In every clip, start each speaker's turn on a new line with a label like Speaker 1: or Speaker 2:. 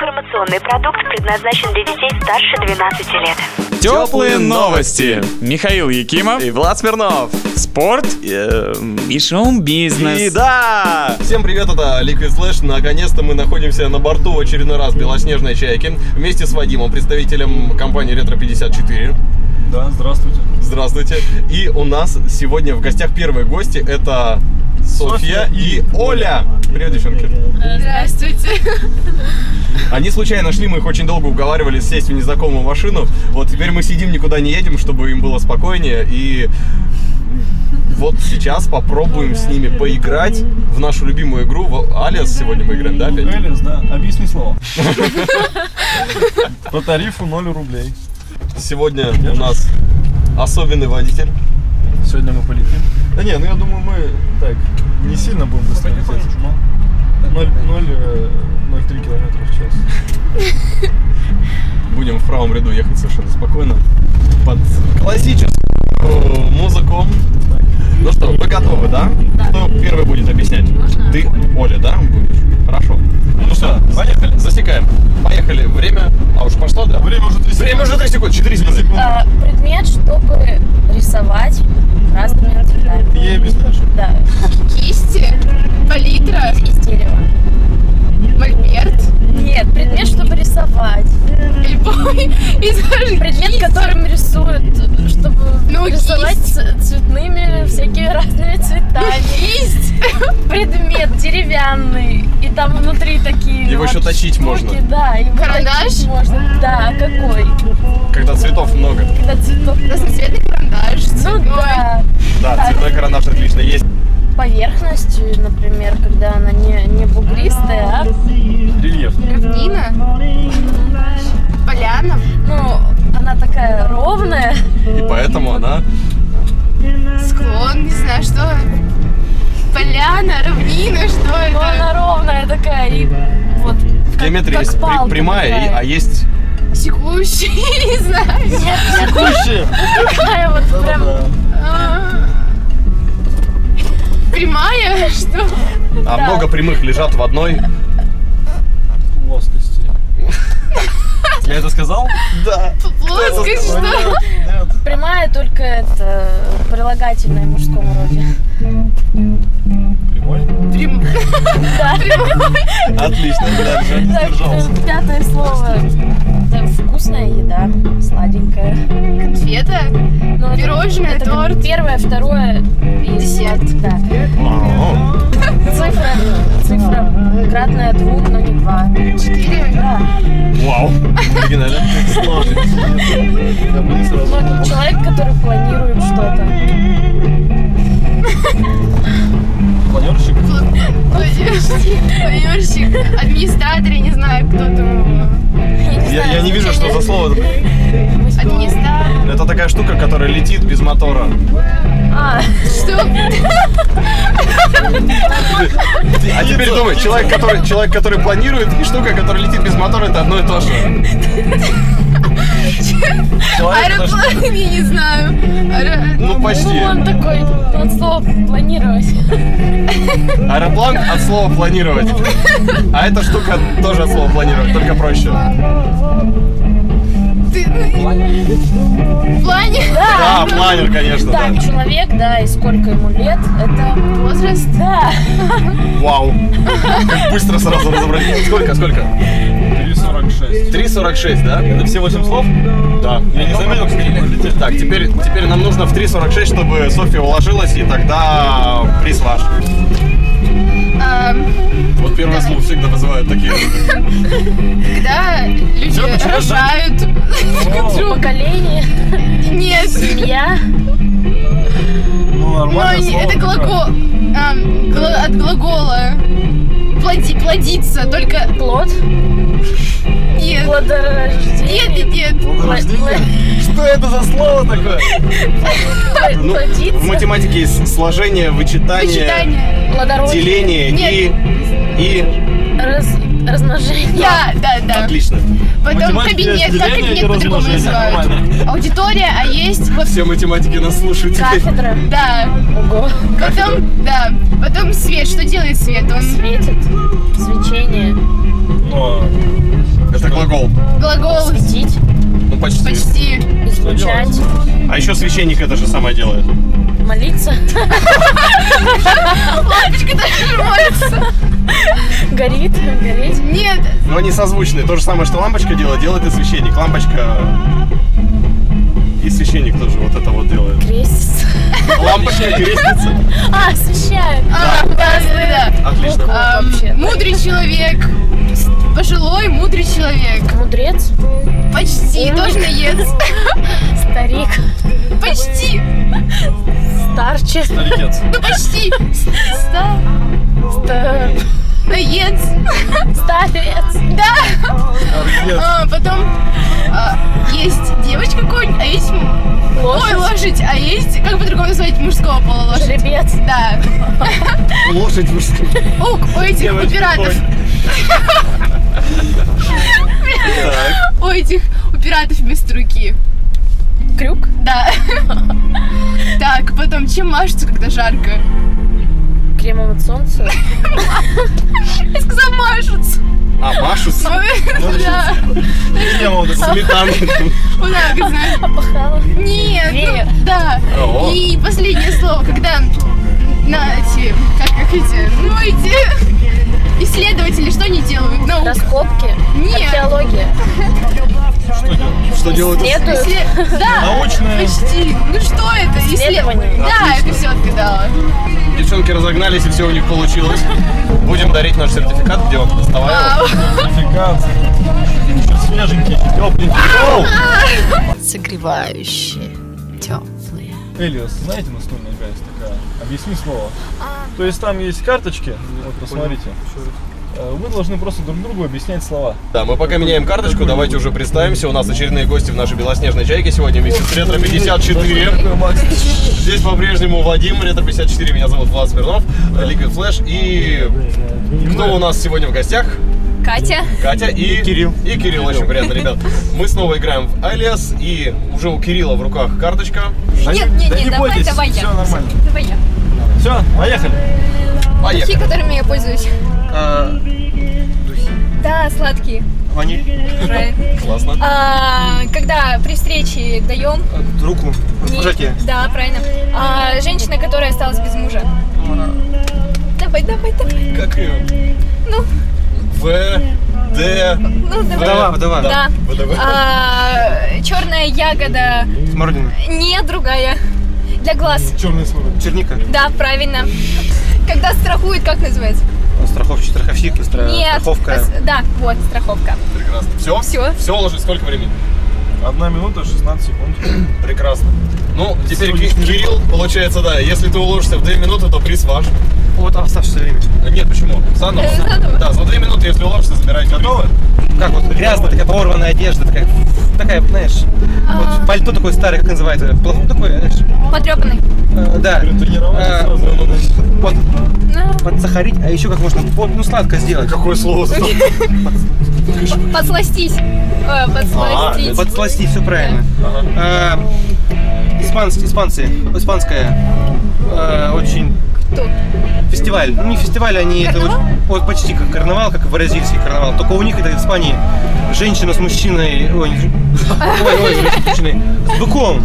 Speaker 1: Информационный продукт предназначен для детей старше 12 лет.
Speaker 2: Теплые новости. Михаил Якимов,
Speaker 3: И Влад Смирнов.
Speaker 2: спорт
Speaker 3: И, эм,
Speaker 2: и шоу-бизнес.
Speaker 3: и да!
Speaker 4: Всем привет, это Liquid Slash. Наконец-то мы находимся на борту в очередной раз белоснежной чайки вместе с Вадимом, представителем компании Ретро 54.
Speaker 5: Да, здравствуйте.
Speaker 4: Здравствуйте. И у нас сегодня в гостях первые гости это Софья и Оля. Привет, девчонки.
Speaker 6: Здравствуйте.
Speaker 4: Они случайно шли, мы их очень долго уговаривали сесть в незнакомую машину. Вот теперь мы сидим, никуда не едем, чтобы им было спокойнее. И вот сейчас попробуем с ними поиграть в нашу любимую игру. Во- Алиас сегодня мы играем, да, опять?
Speaker 5: Элис, да. Объясни слово. По тарифу 0 рублей.
Speaker 4: Сегодня у нас особенный водитель.
Speaker 5: Сегодня мы полетим. Да не, ну я думаю, мы так, не сильно будем быстро лететь.
Speaker 4: э,
Speaker 5: 0,3 километра в час.
Speaker 4: Будем в правом ряду ехать совершенно спокойно. Под классическую музыку. Ну что, вы готовы, да? Кто первый будет объяснять? Ты, Оля, да, будешь? Хорошо. Ну что, поехали, засекаем. Поехали, время. А уж пошло, да? Время уже 3 секунды. Время уже 3 секунды, 4 секунды.
Speaker 6: А, Предмет, чтобы рисовать разными цветами.
Speaker 5: Я объясняю.
Speaker 6: Да,
Speaker 7: кисти, палитра,
Speaker 6: из дерева.
Speaker 7: мольберт,
Speaker 6: Нет, предмет, чтобы рисовать.
Speaker 7: любой из даже
Speaker 6: Предмет, которым рисуют, чтобы
Speaker 7: Ну,
Speaker 6: рисовать ц- цветными всякими разными цветами.
Speaker 7: кисть.
Speaker 6: Предмет деревянный, и там внутри такие
Speaker 4: Его
Speaker 6: вот
Speaker 4: еще точить
Speaker 6: штуки,
Speaker 4: можно.
Speaker 6: Да, его
Speaker 7: Карандаш?
Speaker 6: точить можно. Да, какой?
Speaker 4: Когда цветов много.
Speaker 6: Когда цветов...
Speaker 7: Разноцветный карандаш,
Speaker 6: Ну
Speaker 7: цветной.
Speaker 6: да,
Speaker 4: Да, цветной карандаш отлично есть.
Speaker 6: поверхностью, например, когда она не, не бугристая, а
Speaker 5: Рельеф.
Speaker 7: Равнина, поляна,
Speaker 6: ну, она такая ровная.
Speaker 4: И поэтому она...
Speaker 7: склон, не знаю, что. Поляна, равнина, что
Speaker 6: Но Ну, она
Speaker 7: это?
Speaker 6: ровная такая и вот
Speaker 4: В геометрии
Speaker 6: как
Speaker 4: есть при-
Speaker 6: палка
Speaker 4: прямая, и-
Speaker 6: такая.
Speaker 4: а есть...
Speaker 7: Секущий, не знаю.
Speaker 6: такая вот прям
Speaker 7: А. Прямая, что?
Speaker 4: А много прямых лежат в одной.
Speaker 5: Плоскости.
Speaker 4: Я это сказал? Да.
Speaker 7: Плоскость, что?
Speaker 6: прямая, только это прилагательное в мужском роде.
Speaker 5: Прямой.
Speaker 7: Прям-
Speaker 6: Да,
Speaker 4: Отлично, да, всё, не
Speaker 6: так,
Speaker 4: сдержался.
Speaker 6: э, пятое слово. Это вкусная еда, сладенькая.
Speaker 7: Конфета,
Speaker 6: Ну, это-
Speaker 7: Пирожное,
Speaker 6: это как
Speaker 7: торт.
Speaker 6: Первое, второе и
Speaker 7: Десерт.
Speaker 6: Да.
Speaker 4: О,
Speaker 6: Цифра, цифра кратная двум, но не два.
Speaker 7: четыре,
Speaker 6: Да.
Speaker 4: Вау. Оригинально.
Speaker 6: Ну, человек, который планирует что-то.
Speaker 5: Планерщик.
Speaker 7: Поверщик, администратор, я не знаю, кто там.
Speaker 4: Я, я не вижу, что за слово.
Speaker 7: Администратор.
Speaker 4: Это такая штука, которая летит без мотора.
Speaker 6: А,
Speaker 7: Что?
Speaker 4: А теперь думай, человек, который, человек, который планирует, и штука, которая летит без мотора, это одно и то же.
Speaker 7: Аэроплан, я не знаю. Аэро-
Speaker 4: Ну, почти.
Speaker 6: ну он такой, он слово планировать.
Speaker 4: Аэроплан от слова планировать. А эта штука тоже от слова планировать, только проще.
Speaker 7: Ты... ну, В плане
Speaker 4: Да, планер, конечно, да.
Speaker 6: Так, человек, да, и сколько ему лет, это...
Speaker 7: возраст
Speaker 6: Да,
Speaker 4: Вау. Как быстро сразу разобрались. Сколько, сколько?
Speaker 5: 3,46.
Speaker 4: 3.46, да? Это все 8 слов? Да. Я не заметил, что летит. Так, теперь, теперь нам нужно в 3.46, чтобы Софья уложилась, и тогда приз ваш.
Speaker 7: а,
Speaker 4: Вот первое слово всегда вызывают такие.
Speaker 7: когда люди рожают друг друга.
Speaker 6: поколение,
Speaker 7: Нет,
Speaker 6: семья.
Speaker 5: Ну,
Speaker 7: но
Speaker 5: нормально.
Speaker 7: они-
Speaker 5: слово
Speaker 7: это
Speaker 5: такое.
Speaker 7: глагол. а, гла- От глагола. Плоди, плодиться, только
Speaker 6: Плод,
Speaker 7: нет. Нет,
Speaker 6: плодорождение,
Speaker 7: нет, нет.
Speaker 5: Плодорождение.
Speaker 4: Что это за слово такое? Ну, в
Speaker 6: плодиться,
Speaker 4: математике есть сложение, вычитание,
Speaker 7: Вычитание.
Speaker 6: плодородие,
Speaker 4: деление и... И...
Speaker 6: раз- размножение.
Speaker 7: Да, да, да.
Speaker 4: Отлично.
Speaker 7: Потом
Speaker 5: Математика,
Speaker 7: кабинет, как
Speaker 5: разделение
Speaker 7: кабинет
Speaker 5: и
Speaker 7: по-другому
Speaker 5: размножение.
Speaker 7: называют.
Speaker 5: Нормально.
Speaker 7: Аудитория, а есть вот
Speaker 4: Все математики нас слушают теперь.
Speaker 6: Кафедра.
Speaker 7: да.
Speaker 6: Ого.
Speaker 7: Потом, да, потом свет. Что делает свет? Он
Speaker 6: Светит. Свечение.
Speaker 5: Но
Speaker 4: Это Глагол.
Speaker 7: Глагол
Speaker 6: Светить,
Speaker 4: Ну, почти.
Speaker 7: почти.
Speaker 6: излучать,
Speaker 4: А еще священник это же самое делает.
Speaker 6: молиться,
Speaker 7: Лампочка даже молится.
Speaker 6: горит, гореть.
Speaker 7: Нет,
Speaker 4: Но они созвучные. То же самое, что лампочка делает, делает и священник. Лампочка и священник тоже вот это вот делает.
Speaker 6: Креститься.
Speaker 4: Лампочка крестится.
Speaker 6: А, освещает.
Speaker 7: а, да, да,
Speaker 4: Отлично.
Speaker 7: да. Эм,
Speaker 6: Вообще.
Speaker 7: Мудрый человек. Пожилой мудрый человек.
Speaker 6: Мудрец,
Speaker 7: Почти, тоже наец.
Speaker 6: старик,
Speaker 7: Почти,
Speaker 6: старче,
Speaker 4: Старикец.
Speaker 7: ну почти.
Speaker 6: ста- ста-
Speaker 7: Наец.
Speaker 6: старец.
Speaker 7: Да. А, потом а, есть девочка конь, а есть м- ой,
Speaker 6: Лошадь,
Speaker 7: лошадь, а есть, как по-другому назвать, мужского пола лошадь.
Speaker 6: жеребец,
Speaker 7: Да.
Speaker 5: Лошадь мужская.
Speaker 7: У, у этих, у пиратов. У этих, у пиратов вместо руки.
Speaker 6: крюк,
Speaker 7: Да. Так, потом, чем машутся, когда жарко?
Speaker 6: кремом от солнца,
Speaker 7: Я сказала, машутся.
Speaker 4: А, машутся.
Speaker 7: Ну, Да.
Speaker 4: Я вот это сметанка.
Speaker 7: Вот так, знаешь.
Speaker 6: опахала,
Speaker 7: Нет,
Speaker 6: Веер.
Speaker 7: ну, да.
Speaker 4: О.
Speaker 7: И последнее слово, когда на эти, как их эти, ну эти исследователи что они делают? Наука.
Speaker 6: раскопки,
Speaker 7: Нет.
Speaker 6: археология,
Speaker 4: Что делают?
Speaker 6: следует
Speaker 7: Исле- Да,
Speaker 4: Научные.
Speaker 7: почти. Ну что это? Исле-
Speaker 6: Исследование.
Speaker 7: Да, это все отгадала.
Speaker 4: Девчонки разогнались, и все у них получилось. Будем дарить наш сертификат, где он доставай его.
Speaker 7: Вау.
Speaker 5: Фикат. Свеженький, тепленький.
Speaker 7: Согревающие, теплые.
Speaker 5: Элиас, знаете настольная игра есть такая? Объясни слово. То есть там есть карточки, вот посмотрите. Э, Вы должны просто друг другу объяснять слова.
Speaker 4: Да, мы пока меняем карточку, давайте уже представимся. У нас очередные гости в нашей белоснежной чайке сегодня вместе с Ретро 54. Здесь по-прежнему Вадим, Ретро 54, меня зовут Влад Смирнов, Liquid Flash и... Кто у нас сегодня в гостях?
Speaker 7: Катя.
Speaker 4: Катя и... Кирилл. И Кирилл, очень приятно, ребят. Мы снова играем в Алиас, и уже у Кирилла в руках карточка.
Speaker 7: Нет, нет,
Speaker 5: Да
Speaker 7: нет,
Speaker 5: не
Speaker 7: давай,
Speaker 5: бойтесь,
Speaker 7: давай я.
Speaker 5: все нормально.
Speaker 7: Давай я.
Speaker 5: Все, поехали.
Speaker 7: Те,
Speaker 4: Поехали.
Speaker 7: которыми я пользуюсь.
Speaker 4: А,
Speaker 7: Да, сладкие. Правильно.
Speaker 4: Классно.
Speaker 7: А, когда при встрече даем...
Speaker 5: Руку.
Speaker 7: не- Да, правильно. А, женщина, которая осталась без мужа. Давай, давай, давай.
Speaker 4: Как ее?
Speaker 7: Ну.
Speaker 4: В... Д...
Speaker 7: Ну, давай.
Speaker 5: вдова.
Speaker 7: Да. А.
Speaker 4: ВДВ.
Speaker 7: черная ягода.
Speaker 5: Смородина.
Speaker 7: Не другая. Для глаз.
Speaker 5: Черный смородина. Черника.
Speaker 7: Да, правильно. Когда страхует, как называется?
Speaker 5: Страховщик, страховщик.
Speaker 7: Нет. С- Да, вот, страховка.
Speaker 4: Прекрасно. Все?
Speaker 7: Всё.
Speaker 4: Все, ложись. Сколько времени?
Speaker 5: Одна минута, 16 секунд.
Speaker 4: Прекрасно. Ну, теперь Ки-
Speaker 5: Сегодняшний
Speaker 4: Кирилл, получается, да, если ты уложишься в 2 минуты, то приз ваш.
Speaker 5: Вот, оставь все время.
Speaker 4: Э, Нет, почему? Заново.
Speaker 7: Э, заново.
Speaker 4: Да, за 2 минуты, если уложишься, забирайте Готовы?
Speaker 5: Как вот грязная, такая порванная одежда, такая, такая, знаешь,
Speaker 7: А.
Speaker 5: вот пальто такое старое, как называется, плохо такое, знаешь,
Speaker 7: Потрепанный.
Speaker 5: э, да. Э, вот,
Speaker 7: Ну,
Speaker 5: подсахарить, а еще как можно, вот, ну, сладко сделать.
Speaker 4: Какое слово за
Speaker 7: Подсластись. Э,
Speaker 4: А,
Speaker 7: Подсластить.
Speaker 5: Подсластить, все правильно. Э, испанс- испанцы, испанская, э, очень
Speaker 7: Кто?
Speaker 5: фестиваль. Ну, не фестиваль, они это
Speaker 7: Карнавал?
Speaker 5: очень- вот почти как карнавал, как бразильский карнавал. Только у них это в Испании женщина с мужчиной, ой, не ж- ой, ой, женщина с мужчиной, с быком.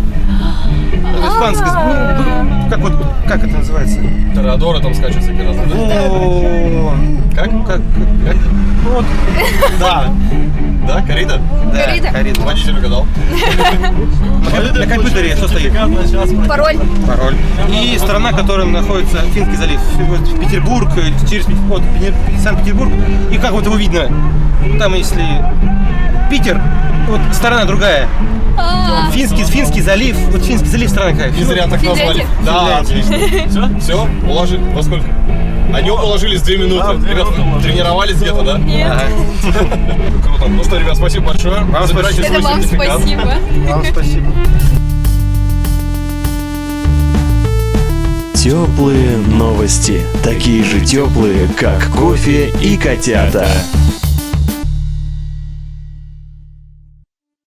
Speaker 5: Это испанский, с- ну, бык- как вот, как это называется?
Speaker 4: Торадора там скачет всякий раз. да?
Speaker 5: Во.
Speaker 4: Как?
Speaker 5: Как?
Speaker 4: Как?
Speaker 5: Ну, вот,
Speaker 4: Да. Да, Карида?
Speaker 5: да,
Speaker 7: Корида?
Speaker 5: корида.
Speaker 4: Водитель угадал.
Speaker 5: На ком- На компьютере что стоит?
Speaker 7: Пароль.
Speaker 5: Пароль. И страна, в которой находится Финский залив. Вот Петербург, э, через Пет- вот, Пене- Санкт-Петербург. И как вот его видно, там если Питер, вот сторона другая.
Speaker 7: А,
Speaker 5: Финский, Финский залив, вот Финский залив страна какая.
Speaker 4: Не зря так назвали.
Speaker 7: Финляндия.
Speaker 4: Да, отлично. Все? Уложили? Во сколько? Они оба уложились 2 минуты. Ребят, вы тренировались где-то, да?
Speaker 7: нет.
Speaker 5: Ага.
Speaker 4: Круто. Ну что, ребят, спасибо большое.
Speaker 5: Вам
Speaker 4: Забирайте
Speaker 5: спасибо.
Speaker 7: Это
Speaker 4: свой сертификат.
Speaker 7: вам спасибо.
Speaker 5: Вам спасибо.
Speaker 8: Теплые новости. Такие же теплые, как кофе и котята.